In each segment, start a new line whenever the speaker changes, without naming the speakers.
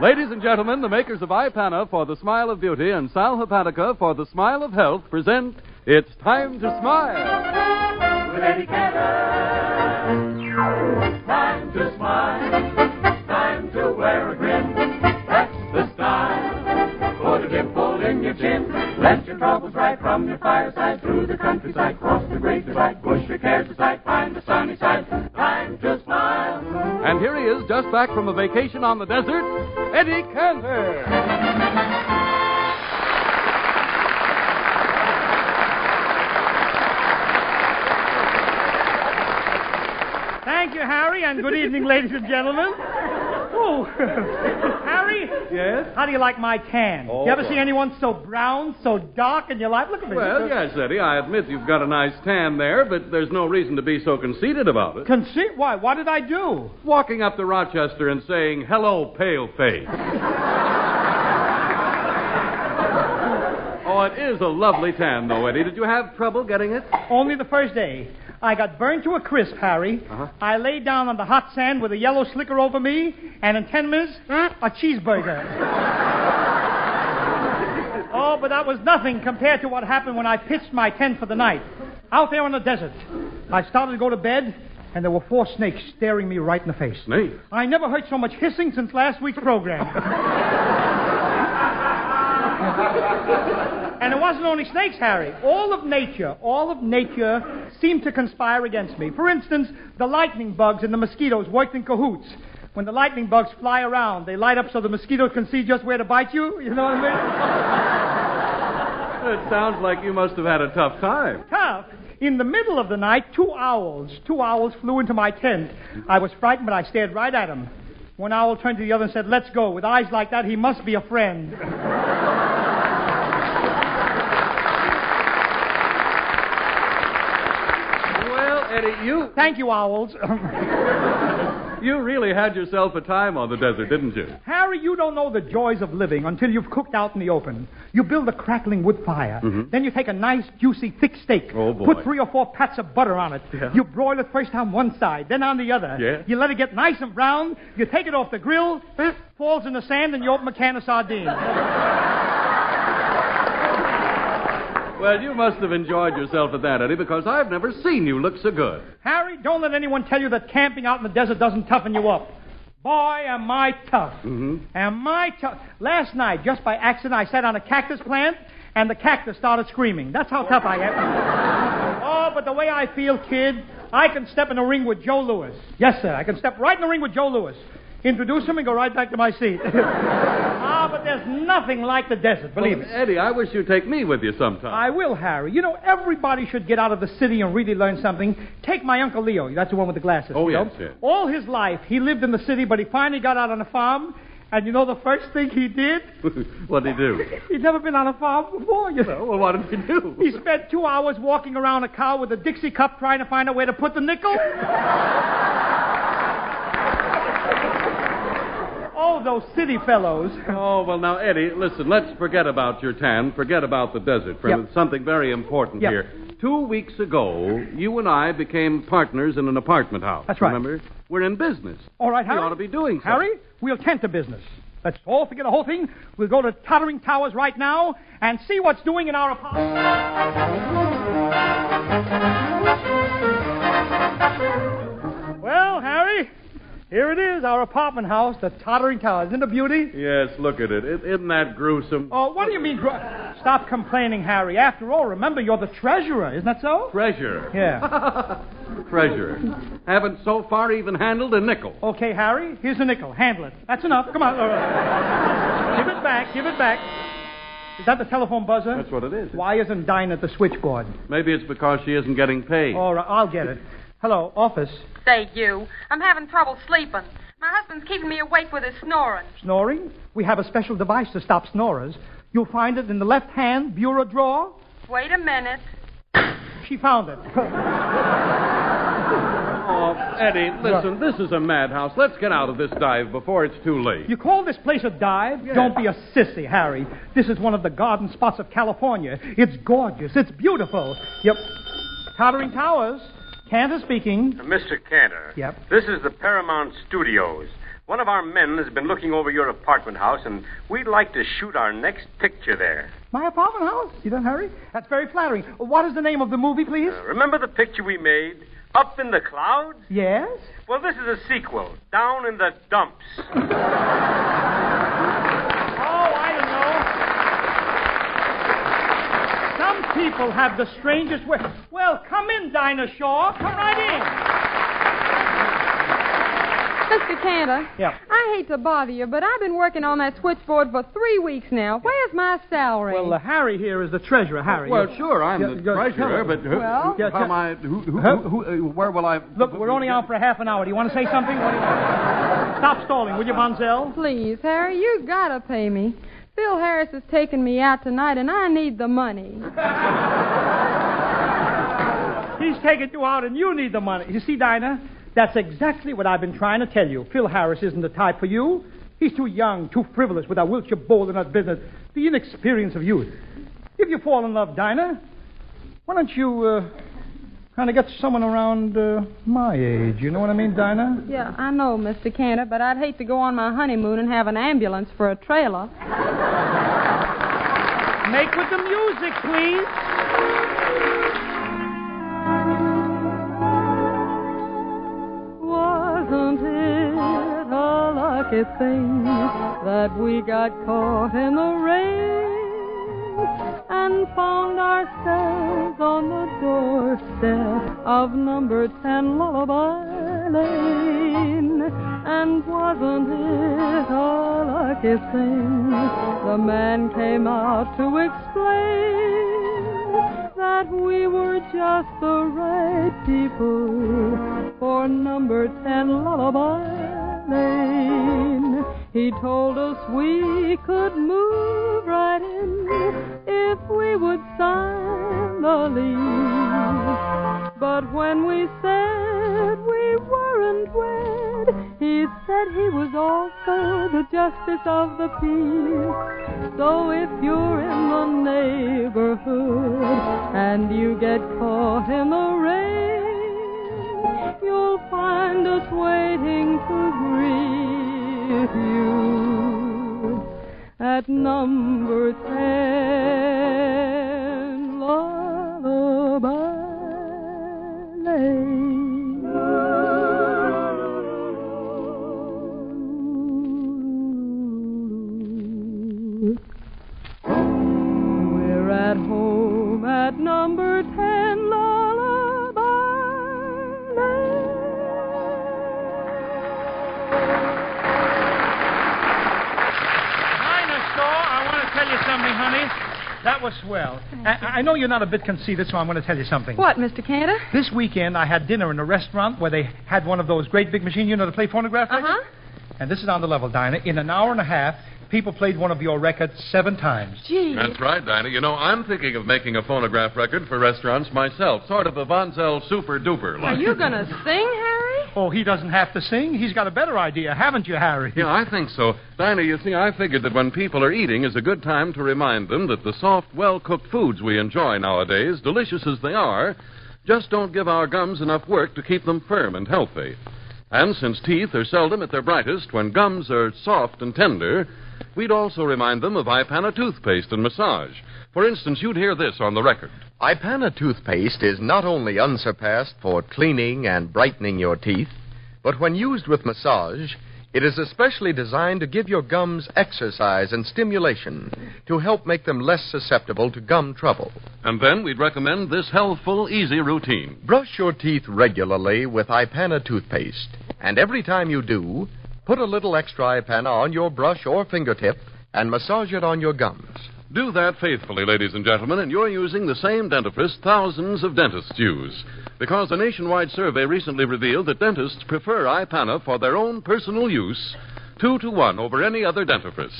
Ladies and gentlemen, the makers of Ipana for the Smile of Beauty and Sal Hepatica for the Smile of Health present It's Time to Smile.
with Eddie Cannon. Time to smile, time to wear a grin. That's the style. Put a dimple in your chin. Let your troubles right from your fireside through the countryside, cross the great divide, push your cares aside, find the sunny side. Time to smile.
And here he is, just back from a vacation on the desert, Eddie Cantor.
Thank you, Harry, and good evening, ladies and gentlemen. Oh, Harry?
Yes?
How do you like my tan?
Oh,
you ever
well.
seen anyone so brown, so dark in your life? Look at me.
Well, yes, Eddie, I admit you've got a nice tan there, but there's no reason to be so conceited about it.
Conceit? Why? What did I do?
Walking up to Rochester and saying, hello, pale face. oh, it is a lovely tan, though, Eddie. Did you have trouble getting it?
Only the first day. I got burned to a crisp, Harry.
Uh-huh.
I lay down on the hot sand with a yellow slicker over me, and in ten minutes, a cheeseburger. oh, but that was nothing compared to what happened when I pitched my tent for the night. Out there on the desert. I started to go to bed, and there were four snakes staring me right in the face.
Snake.
I never heard so much hissing since last week's program. and it wasn't only snakes, Harry. All of nature, all of nature seemed to conspire against me. For instance, the lightning bugs and the mosquitoes worked in cahoots. When the lightning bugs fly around, they light up so the mosquitoes can see just where to bite you. You know what I mean?
It sounds like you must have had a tough time.
Tough. In the middle of the night, two owls, two owls flew into my tent. I was frightened, but I stared right at them. One owl turned to the other and said, "Let's go." With eyes like that, he must be a friend.
Well, Eddie, you
Thank you, owls.
you really had yourself a time on the desert, didn't you?
Harry, you don't know the joys of living until you've cooked out in the open. You build a crackling wood fire. Then you take a nice, juicy, thick steak.
Mm-hmm. Oh, boy.
Put three or four pats of butter on it.
Yeah.
You broil it first on one side, then on the other.
Yeah.
You let it get nice and brown. You take it off the grill, falls in the sand, and you open a can of sardines.
Well, you must have enjoyed yourself at that, Eddie, because I've never seen you look so good.
Harry, don't let anyone tell you that camping out in the desert doesn't toughen you up. Boy, am I tough. Am I tough. Last night, just by accident, I sat on a cactus plant, and the cactus started screaming. That's how tough I am. oh, but the way I feel, kid, I can step in a ring with Joe Lewis. Yes, sir. I can step right in the ring with Joe Lewis. Introduce him and go right back to my seat. ah, but there's nothing like the desert, believe me.
Eddie, I wish you'd take me with you sometime.
I will, Harry. You know, everybody should get out of the city and really learn something. Take my Uncle Leo. That's the one with the glasses.
Oh,
you know?
yes, yes.
All his life, he lived in the city, but he finally got out on a farm. And you know the first thing he did?
What'd he do?
He'd never been on a farm before, you know.
Well, what did he do?
He spent two hours walking around a cow with a Dixie cup trying to find out where to put the nickel. oh, those city fellows.
Oh, well, now, Eddie, listen, let's forget about your tan. Forget about the desert, friend.
Yep.
It's something very important
Yep.
here. Two weeks ago, you and I became partners in an apartment house.
That's right.
Remember? We're in business.
All right, Harry.
We ought to be doing something.
Harry, we'll tent the business. Let's all forget the whole thing. We'll go to Tottering Towers right now and see what's doing in our apartment. Well, Harry, here it is, our apartment house, the Tottering Towers. Isn't it a beauty?
Yes, look at it. it isn't that gruesome?
Oh, what do you mean? gr- Stop complaining, Harry. After all, remember, you're the treasurer. Isn't that so?
Treasure.
Yeah.
Treasure. Haven't so far even handled a nickel.
Okay, Harry, here's a nickel. Handle it. That's enough. Come on. All right. give it back. Give it back. Is that the telephone buzzer?
That's what it is.
Why isn't Dinah at the switchboard?
Maybe it's because she isn't getting paid.
All right, I'll get it. Hello, office.
Say, you. I'm having trouble sleeping. My husband's keeping me awake with his snoring.
Snoring? We have a special device to stop snorers. You'll find it in the left hand bureau drawer.
Wait a minute.
She found it.
Oh, Eddie, listen, this is a madhouse. Let's get out of this dive before it's too late.
You call this place a dive? Don't be a sissy, Harry. This is one of the garden spots of California. It's gorgeous. It's beautiful. Yep. Tottering Towers. Cantor speaking.
Mr. Cantor.
Yep.
This is the Paramount Studios. One of our men has been looking over your apartment house, and we'd like to shoot our next picture there.
My apartment house? You done, Harry? That's very flattering. What is the name of the movie, please?
Uh, remember the picture we made? Up in the clouds?
yes?
Well, this is a sequel. Down in the dumps.
Oh, I don't know. Some people have the strangest way. Well, come in, Dinah Shaw. Come right
Mr. Cantor.
Yeah.
I hate to bother you, but I've been working on that switchboard for three weeks now. Where's my salary?
in. Well, uh, Harry here is the treasurer, Harry.
Well, sure, I'm
Yeah,
the
go-
treasurer, but who,
Well-
who- how am I? Who, who, who, who- uh, where will I?
Look, we're only out for half an hour. Do you want to say something? What do you want? Stop stalling, will you, Bonzel?
Please, Harry, you gotta pay me. Phil Harris is taking me out tonight, and I need the money.
He's taking you out, and you need the money. You see, Dinah, that's exactly what I've been trying to tell you. Phil Harris isn't the type for you. He's too young, too frivolous with that Wiltshire bowl in that business, the inexperience of youth. If you fall in love, Dinah, why don't you uh, kind of get someone around uh, my age? You know what I mean, Dinah?
Yeah, I know, Mr. Cantor, but I'd hate to go on my honeymoon and have an ambulance for a trailer.
Make with the music, please.
Wasn't it a lucky thing that we got caught in the rain and found ourselves on the doorstep of number 10 Lullaby Lane? And wasn't it a lucky thing the man came out to explain that we were just the right people for number 10 lullaby lane. He told us we could move right in if we would sign the lease. But when we said we weren't wed, he said he was also the justice of the peace. So if you're in the neighborhood and you get caught in the rain, you'll find us waiting to greet you at number 10 Lullaby Lane. We're at home at number 10 Lullaby Lane.
Dinah Shaw, I want to tell you something, honey. That was swell. I, I know you're not a bit conceited, so I'm going to tell you something.
What, Mr. Cantor?
This weekend, I had dinner in a restaurant where they had one of those great big machines, you know, to play phonograph
Uh
records.
huh.
And this is on the level, Dinah. In an hour and a half, people played one of your records seven times.
Gee.
That's right, Dinah. You know, I'm thinking of making a phonograph record for restaurants myself, sort of a Vonzel super duper
Are
like.
you going to sing, Harry?
Oh, he doesn't have to sing. He's got a better idea, haven't you, Harry?
Yeah, I think so. Dinah, you see, I figured that when people are eating is a good time to remind them that the soft, well cooked foods we enjoy nowadays, delicious as they are, just don't give our gums enough work to keep them firm and healthy. And since teeth are seldom at their brightest when gums are soft and tender, we'd also remind them of Ipana toothpaste and massage. For instance, you'd hear this on the record.
Ipana toothpaste is not only unsurpassed for cleaning and brightening your teeth, but when used with massage, it is especially designed to give your gums exercise and stimulation to help make them less susceptible to gum trouble.
And then we'd recommend this healthful, easy routine.
Brush your teeth regularly with Ipana toothpaste, and every time you do, put a little extra Ipana on your brush or fingertip and massage it on your gums.
Do that faithfully, ladies and gentlemen, and you're using the same dentifrice thousands of dentists use. Because a nationwide survey recently revealed that dentists prefer Ipana for their own personal use, two to one over any other dentifrice.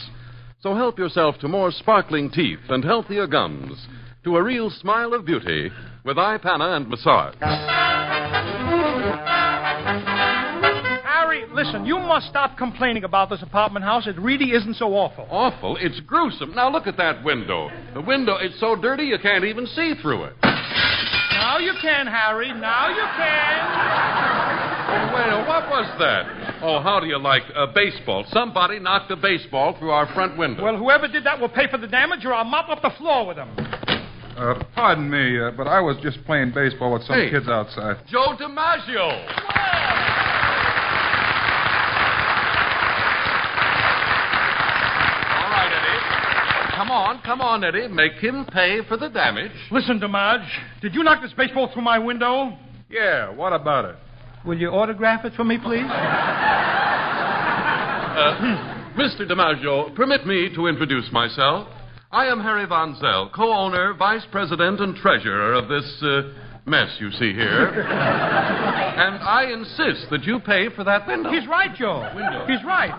So help yourself to more sparkling teeth and healthier gums, to a real smile of beauty with Ipana and massage.
Harry, listen, you must stop complaining about this apartment house. It really isn't so awful.
Awful, it's gruesome. Now look at that window. The window, it's so dirty you can't even see through it.
Now you can, Harry. Now you can.
Well, what was that? Oh, how do you like a baseball? Somebody knocked a baseball through our front window.
Well, whoever did that will pay for the damage, or I'll mop up the floor with them.
Uh, pardon me, uh, but I was just playing baseball with some
Hey.
kids outside.
Joe DiMaggio. All right, Eddie. Come on, come on, Eddie. Make him pay for the damage.
Listen, DeMarge, did you knock this baseball through my window?
Yeah, what about it?
Will you autograph it for me, please?
Mr. Uh, DiMaggio, permit me to introduce myself. I am Harry Von Zell, co owner, vice president, and treasurer of this uh, mess you see here. and I insist that you pay for that window.
He's right, Joe.
Window.
He's right.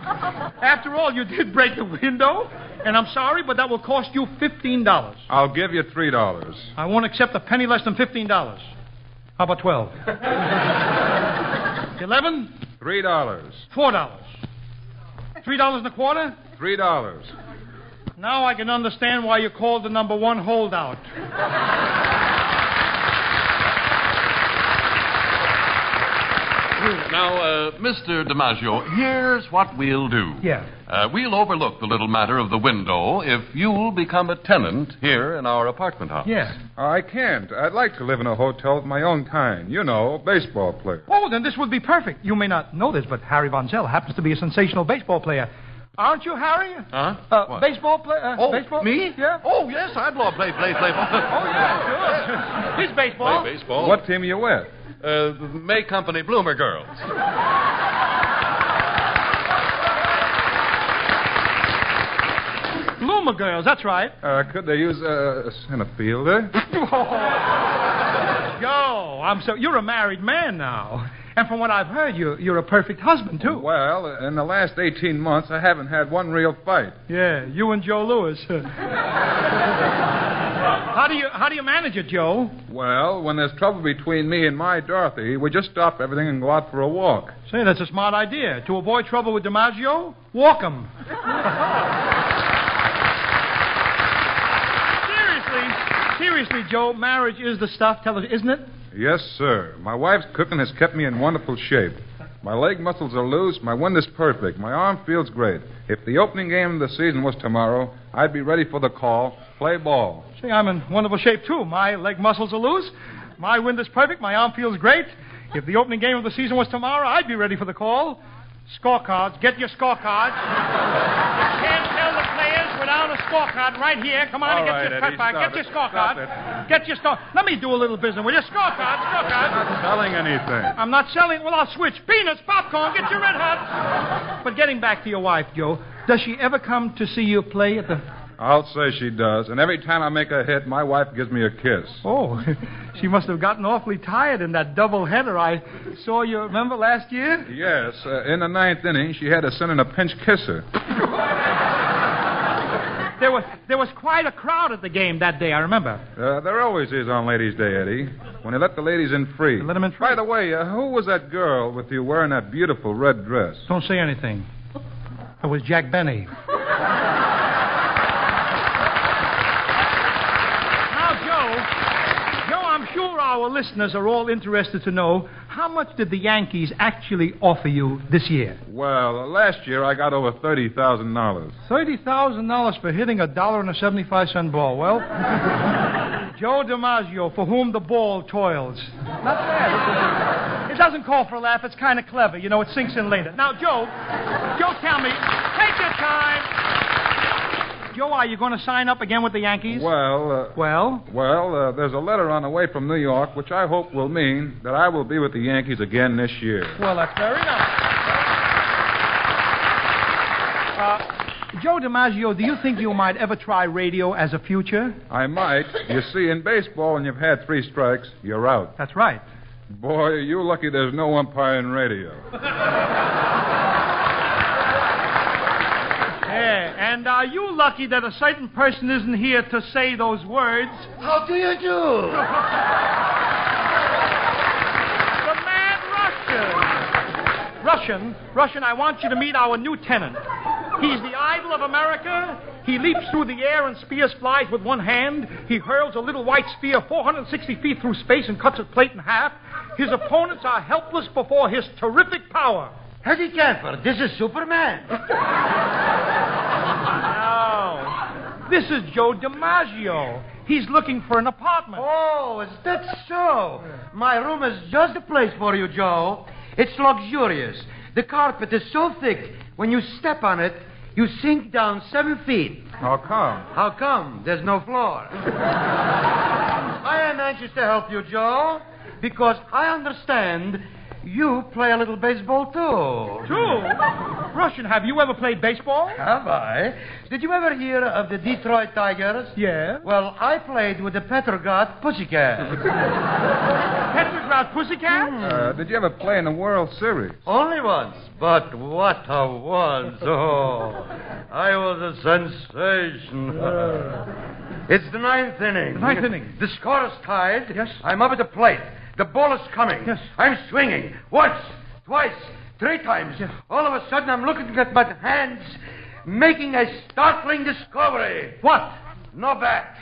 After all, you did break the window, and I'm sorry, but that will cost you $15.
I'll give you three dollars.
I won't accept a penny less than $15. How about 12? 11?
Three dollars.
$4. $3 and a quarter?
Three dollars.
Now I can understand why you called the number one holdout.
Now, uh, Mr. DiMaggio, here's what we'll do.
Yeah.
Uh, we'll overlook the little matter of the window if you'll become a tenant here in our apartment house.
Yeah.
Uh, I can't. I'd like to live in a hotel of my own kind. You know, baseball player.
Oh, then this would be perfect. You may not know this, but Harry Von Zell happens to be a sensational baseball player. Aren't you, Harry?
Huh?
Uh,
What?
baseball player? Uh,
Oh,
baseball?
me?
Yeah.
Oh, yes, I'd love to play, play, play.
Oh, yeah, sure. He's baseball.
Play
Oh.
baseball.
What team are you with?
Uh, the May Company Bloomer Girls.
Bloomer girls, that's right.
Uh, could they use uh, a center fielder?
Yo, I'm so. You're a married man now. And from what I've heard, you, you're a perfect husband, too.
Well, in the last 18 months, I haven't had one real fight.
Yeah, you and Joe Lewis. how do you how do you manage it, Joe?
Well, when there's trouble between me and my Dorothy, we just stop everything and go out for a walk.
Say, that's a smart idea. To avoid trouble with DiMaggio, walk him. seriously, seriously, Joe, marriage is the stuff, tell us, isn't it?
Yes, sir. My wife's cooking has kept me in wonderful shape. My leg muscles are loose, my wind is perfect, my arm feels great. If the opening game of the season was tomorrow, I'd be ready for the call. Play ball.
See, I'm in wonderful shape, too. My leg muscles are loose. My wind is perfect. My arm feels great. If the opening game of the season was tomorrow, I'd be ready for the call. Scorecards. Get your scorecards. you can't tell the players without a scorecard right here. Come on
All
and get
right,
your
Eddie,
cut back.
stop
Get your
it, stop
scorecard. Get your score. Let me do a little business with you. Scorecard, scorecard.
Not selling anything.
I'm not selling. Well, I'll switch. Peanuts, popcorn, get your red hot. But getting back to your wife, Joe, does she ever come to see you play at the
I'll say she does, and every time I make a hit, my wife gives me a kiss.
Oh, she must have gotten awfully tired in that double header I saw you, remember, last year?
Yes, uh, in the ninth inning, she had to send in a pinch kisser.
There was, there was quite a crowd at the game that day, I remember.
Uh, there always is on Ladies' Day, Eddie, when they let the ladies in free.
let 'em in free.
By the way, uh, who was that girl with you wearing that beautiful red dress?
Don't say anything. It was Jack Benny. now, Joe, Joe, I'm sure our listeners are all interested to know how much did the Yankees actually offer you this year?
Well, uh, last year I got over thirty thousand dollars.
Thirty thousand dollars for hitting a dollar and a seventy-five cent ball. Well, Joe DiMaggio, for whom the ball toils. Not bad. It doesn't call for a laugh. It's kind of clever. You know, it sinks in later. Now, Joe, Joe, tell me, take your time. Joe, are you going to sign up again with the Yankees?
Well, uh,
Well,
well, uh, there's a letter on the way from New York, which I hope will mean that I will be with the Yankees again this year.
well, that's very nice. Uh, Joe DiMaggio, do you think you might ever try radio as a future?
I might. You see, in baseball, when you've had three strikes, you're out.
That's right.
Boy, are you lucky there's no umpire in radio.
Yeah, and are you lucky that a certain person isn't here to say those words?
How do you do?
The mad Russian. Russian, Russian, I want you to meet our new tenant. He's the idol of America. He leaps through the air and spears flies with one hand. He hurls a little white sphere 460 feet through space and cuts its plate in half. His opponents are helpless before his terrific power.
Hetty Canford, this is Superman.
No. Oh. This is Joe DiMaggio. He's looking for an apartment.
Oh, is that so? My room is just the place for you, Joe. It's luxurious. The carpet is so thick, when you step on it, you sink down seven feet.
How come?
How come? There's no floor. I am anxious to help you, Joe, because I understand you play a little baseball, too.
Too? Russian, have you ever played baseball?
Have I? Did you ever hear of the Detroit Tigers?
Yeah.
Well, I played with the Petrograd Pussycats.
Petrograd Pussycat?
Hmm.
Uh, did you ever play in the World Series?
Only once, but what a once. Oh, I was a sensation. It's the ninth inning.
The ninth inning.
The score is tied. Yes. I'm up at the plate. The ball is coming. Yes. I'm swinging. Once, twice, three times. All of a sudden, I'm looking at my hands, making a startling discovery.
What?
No bat.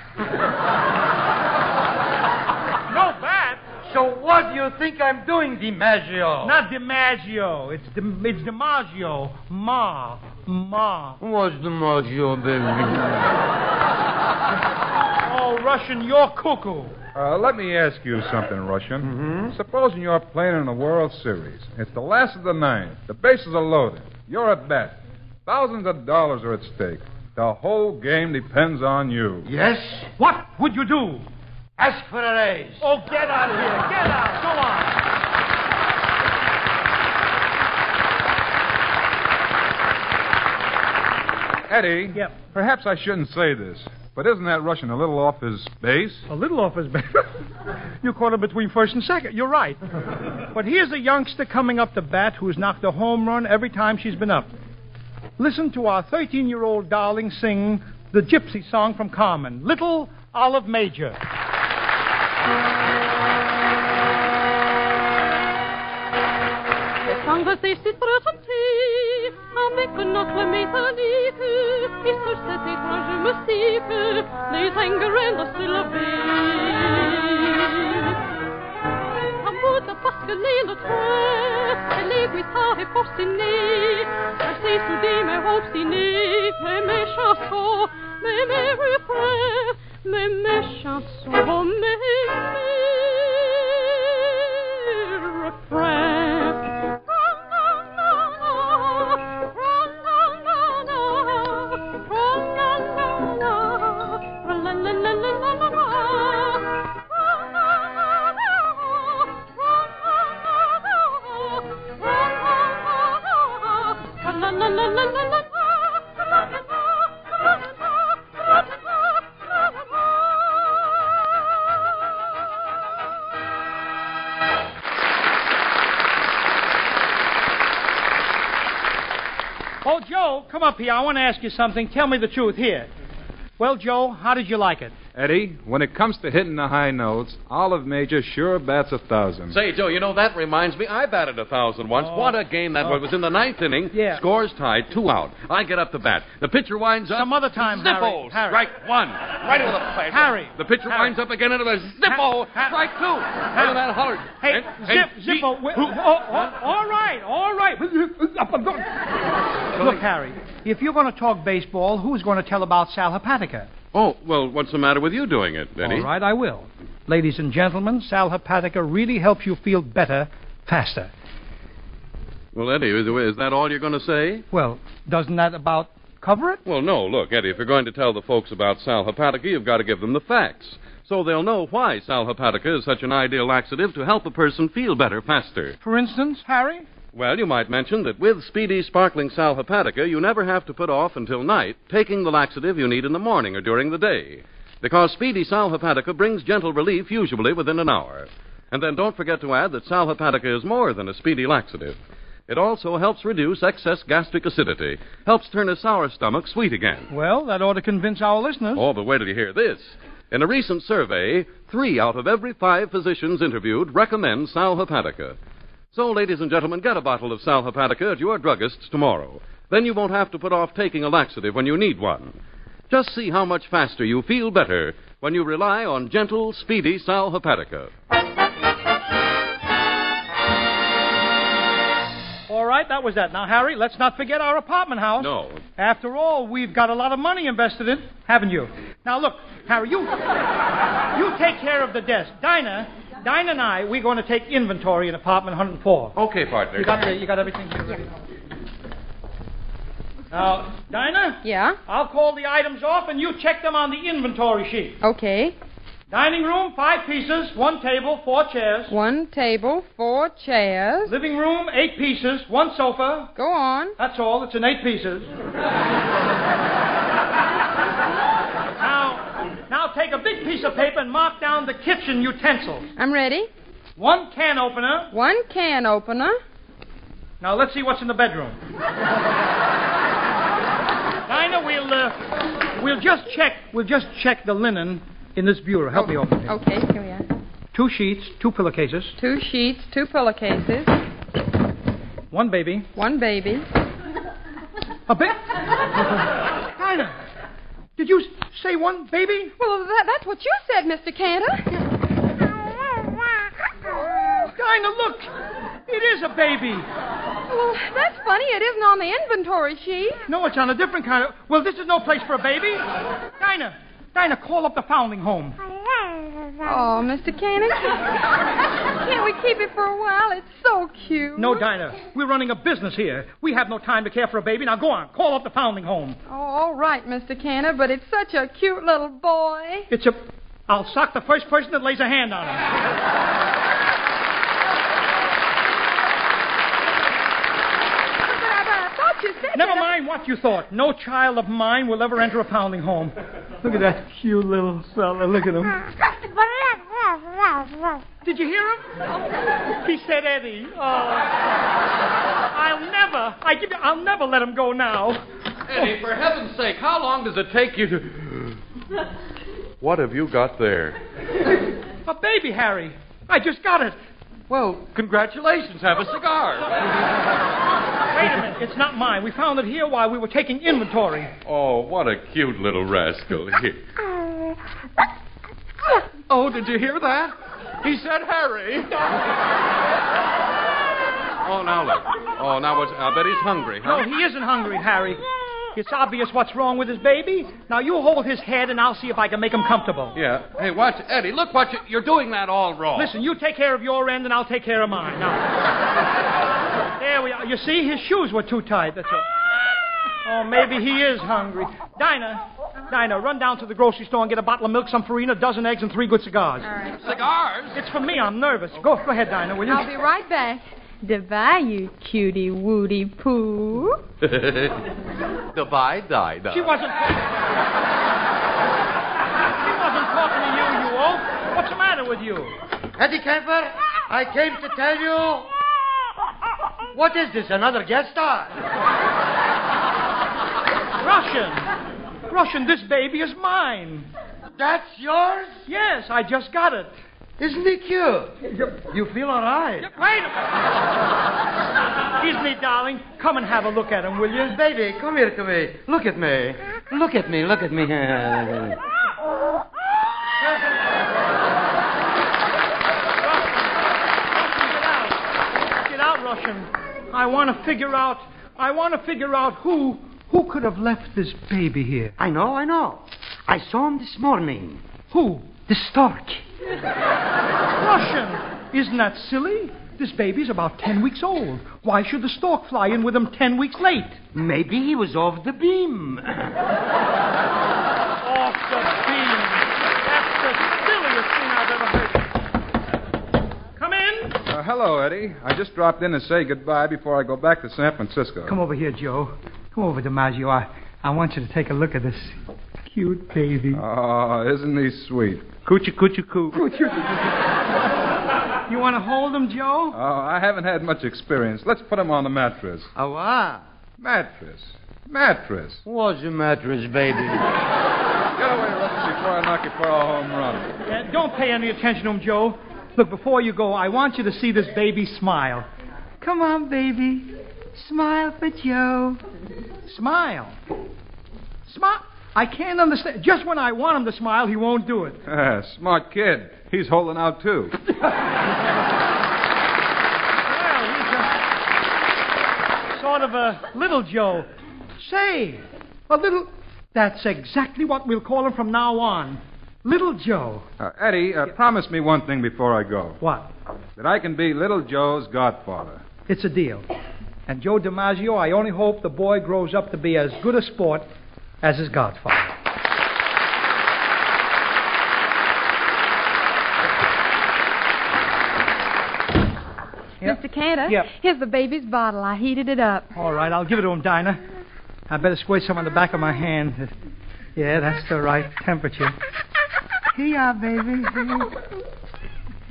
No bat?
So what do you think I'm doing, DiMaggio?
Not DiMaggio. It's Di- it's DiMaggio. Ma. Ma.
What's DiMaggio, baby?
Oh, Russian, you're cuckoo.
Uh, let me ask you something, Russian. Supposing you're playing in the World Series. It's the last of the ninth. The bases are loaded. You're at bat. Thousands of dollars are at stake. The whole game depends on you.
Yes?
What would you do?
Ask for a raise.
Oh, get out of here. Get out. Go on.
Eddie,
Yep.
perhaps I shouldn't say this, but isn't that Russian a little off his base?
A little off his back. you caught him between first and second. You're right. But here's a youngster coming up to bat who's knocked a home run every time she's been up. Listen to our 13 year old darling sing the gypsy song from Carmen Little Olive Major.
Het aangezicht zit presenté, avec un oncle métallique, et sur cet étrange moustique, les ingrédients se lever. Un bout de porcelaine de toit, et les guitares et porcinés, assez soudés mais obstinés, et mes chansons, mais mes refrains, mais mes oh, chansons, mais mes refrains.
Oh, Joe, come up here. I want to ask you something. Tell me the truth here. Well, Joe, how did you like it?
Eddie, when it comes to hitting the high notes, Olive Major sure bats a thousand.
Say, Joe, you know, that reminds me. I batted a thousand once. What a game that was. It was in the ninth inning.
Oh. Yeah.
Scores tied, two out. I get up to bat. The pitcher winds up.
Some other time,
Zippo.
Harry. Harry.
Strike one. Right over the plate.
Harry.
The pitcher
Harry.
winds up again into the Zippo.
Ha-
Strike two. Look at that holler.
Hey,
And-
Zip,
and-
Zippo. wi- oh, oh, all right, all right. Look, Harry, if you're going to talk baseball, who's going to tell about Sal Hepatica?
Oh, well, what's the matter with you doing it, Eddie?
All right, I will. Ladies and gentlemen, Sal Hepatica really helps you feel better faster.
Well, Eddie, is, is that all you're going to say?
Well, doesn't that about cover it?
Well, no. Look, Eddie, if you're going to tell the folks about Sal Hepatica, you've got to give them the facts. So they'll know why Sal Hepatica is such an ideal laxative to help a person feel better faster.
For instance, Harry?
Well, you might mention that with Speedy Sparkling Sal Hepatica, you never have to put off until night taking the laxative you need in the morning or during the day. Because Speedy Sal Hepatica brings gentle relief usually within an hour. And then don't forget to add that Sal Hepatica is more than a speedy laxative. It also helps reduce excess gastric acidity, helps turn a sour stomach sweet again.
Well, that ought to convince our listeners.
Oh, but wait till you hear this. In a recent survey, three out of every five physicians interviewed recommend Sal Hepatica. So, ladies and gentlemen, get a bottle of Sal Hepatica at your druggist's tomorrow. Then you won't have to put off taking a laxative when you need one. Just see how much faster you feel better when you rely on gentle, speedy Sal Hepatica.
All right, that was that. Now, Harry, let's not forget our apartment house.
No.
After all, we've got a lot of money invested in, haven't you? Now, look, Harry, you you take care of the desk. Dinah, Dinah and I, we're going to take inventory in apartment 104.
Oh.
Okay, partner.
You got the, you got everything here ready? Now, Dinah?
Yeah?
I'll call the items off and you check them on the inventory sheet.
Okay.
Dining room, five pieces, one table, four chairs.
One table, four chairs.
Living room, eight pieces, one sofa.
Go on.
That's all. It's in eight pieces. now, now take a big piece of paper and mark down the kitchen utensils.
I'm ready.
One can opener.
One can opener.
Now let's see what's in the bedroom. Dinah, we'll uh, we'll just check we'll just check the linen in this bureau. Help me open it.
Okay, here we are.
Two sheets, two pillowcases,
Two sheets, two pillowcases,
one baby.
one baby.
A bit? Dinah, did you say one baby?
Well, that, that's what you said, Mr. Cantor.
Dinah, look! It is a baby.
Well, that's funny. It isn't on the inventory sheet.
No, it's on a different kind of. Well, this is no place for a baby. Dinah, Dinah, call up the foundling home.
Oh, Mr. Cannon. Can't we keep it for a while? It's so cute.
No, Dinah, we're running a business here. We have no time to care for a baby. Now go on, call up the foundling home.
Oh, all right, Mr. Cannon, but it's such a cute little boy.
It's a. I'll sock the first person that lays a hand on him.
But I, but I thought you said
Never
that I-
mind what you thought. No child of mine will ever enter a foundling home. Look at that cute little fella. Look at him. Did you hear him? He said Eddie. Oh. I'll never. I give you. I'll never let him go now.
Eddie, for heaven's sake, how long does it take you to.
What have you got there?
A baby, Harry. I just got it.
Well, congratulations. Have a cigar.
Wait a minute. It's not mine. We found it here while we were taking inventory.
Oh, what a cute little rascal. Here.
Oh, did you hear that? He said Harry.
Oh, now look. Oh, now what's. I bet he's hungry,
No,
huh?
he isn't hungry, Harry. It's obvious what's wrong with his baby. Now you hold his head, and I'll see if I can make him comfortable.
Yeah. Hey, watch, Eddie. Look what you, you're doing that all wrong.
Listen, you take care of your end, and I'll take care of mine. Now. there we are. You see, his shoes were too tight. That's all. Oh, maybe he is hungry. Dinah, Dinah, run down to the grocery store and get a bottle of milk, some farina, a dozen eggs, and three good cigars.
Cigars?
It's for me. I'm nervous. Go, go ahead, Dinah, will you?
I'll be right back. Divide, you cutie woody poo.
Divide, die, die.
She wasn't. she wasn't talking to you, you oaf. What's the matter with you?
Eddie Camper, I came to tell you. What is this? Another guest star?
Russian. Russian, this baby is mine.
That's yours?
Yes, I just got it.
Isn't he cute? You feel all right?
Wait a Isn't he, darling? Come and have a look at him, will you?
Baby, come here to me. Look at me. Look at me. Look at me.
Get out. Get out, Russian. I want to figure out. I want to figure out who who could have left this baby here.
I know, I know. I saw him this morning.
Who?
The stork.
Russian. Isn't that silly? This baby's about ten weeks old. Why should the stork fly in with him ten weeks late?
Maybe he was off the beam.
Off the beam. That's the silliest thing I've ever heard. Come in.
Uh, hello, Eddie. I just dropped in to say goodbye before I go back to San Francisco.
Come over here, Joe. Come over, DiMaggio. I, I want you to take a look at this cute baby.
Oh, isn't he sweet?
Coochie, coochie, coo. you want to hold him, Joe?
Oh, I haven't had much experience. Let's put him on the mattress.
Oh, ah.
Mattress. Mattress.
Was a mattress, baby.
Get away, Russell, before I knock you for a home run.
Uh, don't pay any attention to him, Joe. Look, before you go, I want you to see this baby smile.
Come on, baby. Smile for Joe.
Smile. Smile. I can't understand. Just when I want him to smile, he won't do it.
Ah, smart kid. He's holding out, too.
Well, he's a, sort of a little Joe. Say, a little. That's exactly what we'll call him from now on. Little Joe.
Uh, Eddie, uh, promise me one thing before I go.
What?
That I can be Little Joe's godfather.
It's a deal. And Joe DiMaggio, I only hope the boy grows up to be as good a sport as his godfather.
Mr. Cantor,
Yep.
here's the baby's bottle. I heated it up.
All right, I'll give it to him, Dinah. I better squirt some on the back of my hand. Yeah, that's the right temperature. Here you are, baby.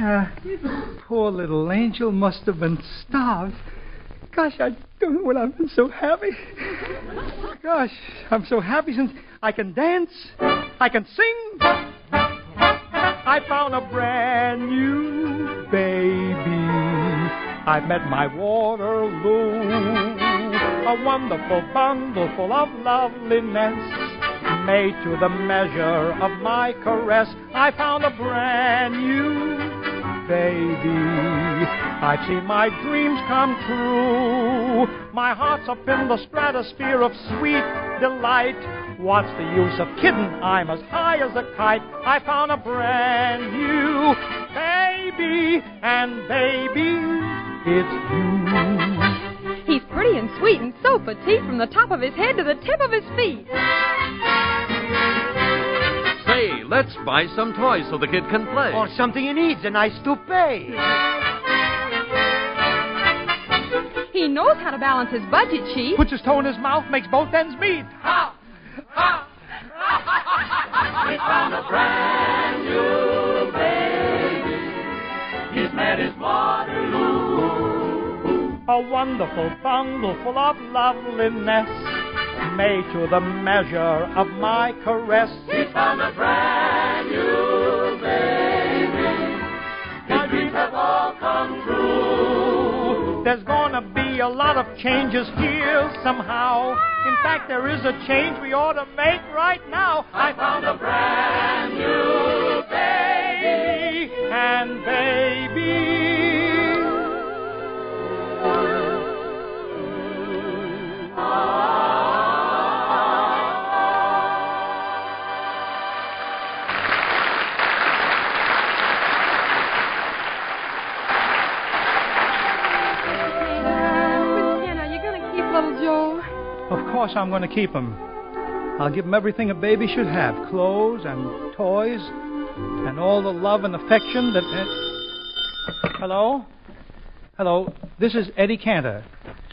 Uh, poor little angel must have been starved. Gosh, I don't know when I've been so happy. Gosh, I'm so happy since I can dance, I can sing. I found a brand new baby. I met my Waterloo, a wonderful bundle full of loveliness. Made to the measure of my caress, I found a brand new baby. I've seen my dreams come true. My heart's up in the stratosphere of sweet delight. What's the use of kidding? I'm as high as a kite. I found a brand new baby, and baby, it's
He's pretty and sweet and so petite from the top of his head to the tip of his feet.
Say, let's buy some toys so the kid can play.
Or something he needs, a nice toupee.
He knows how to balance his budget, Chief.
Puts his toe in his mouth, makes both ends meet.
Ha! Ha!
We found a brand new baby. He's met his Waterloo.
a wonderful bundle full of loveliness, made to the measure of my caress.
He's found a brand new baby. His dreams have all come true.
There's gonna be a lot of changes here somehow. In fact, there is a change we ought to make right now. I found a brand new baby, and baby.
Mr. Cantor, are you going to keep little Joe?
Of course, I'm going to keep him. I'll give him everything a baby should have clothes and toys and all the love and affection that. eh, Hello? Hello, this is Eddie Cantor.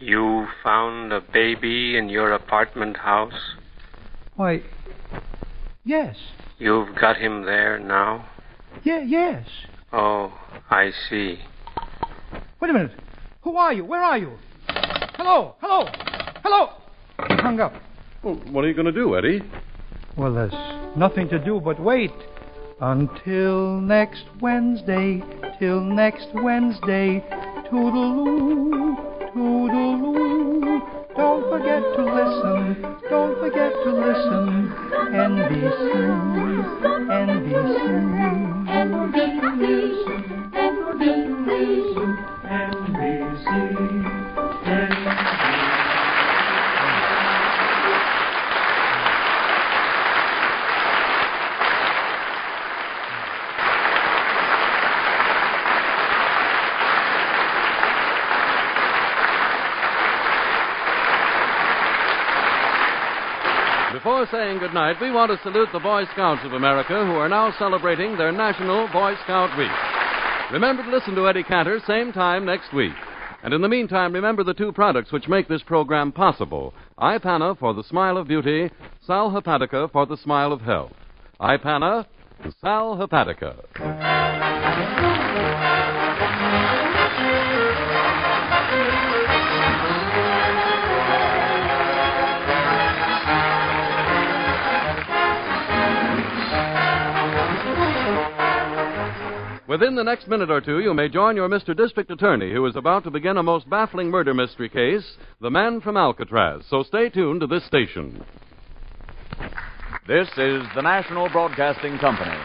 You found a baby in your apartment house?
Why, yes,
You've got him there now?
yeah, yes.
Oh, I see.
Wait a minute. Who are you? Where are you? Hello, hello, hello. Hung up.
Well, what are you going to do, Eddie?
Well, there's nothing to do but wait. Until next Wednesday, till next Wednesday. Toodaloo, toodaloo. Don't forget to listen, don't forget to listen. NBC, NBC.
Before saying goodnight, we want to salute the Boy Scouts of America who are now celebrating their National Boy Scout Week. Remember to listen to Eddie Cantor same time next week. And in the meantime, remember the two products which make this program possible Ipana for the smile of beauty, Sal Hepatica for the smile of health. Ipana, Sal Hepatica. Within the next minute or two, you may join your Mr. District Attorney, who is about to begin a most baffling murder mystery case The Man from Alcatraz. So stay tuned to this station.
This is the National Broadcasting Company.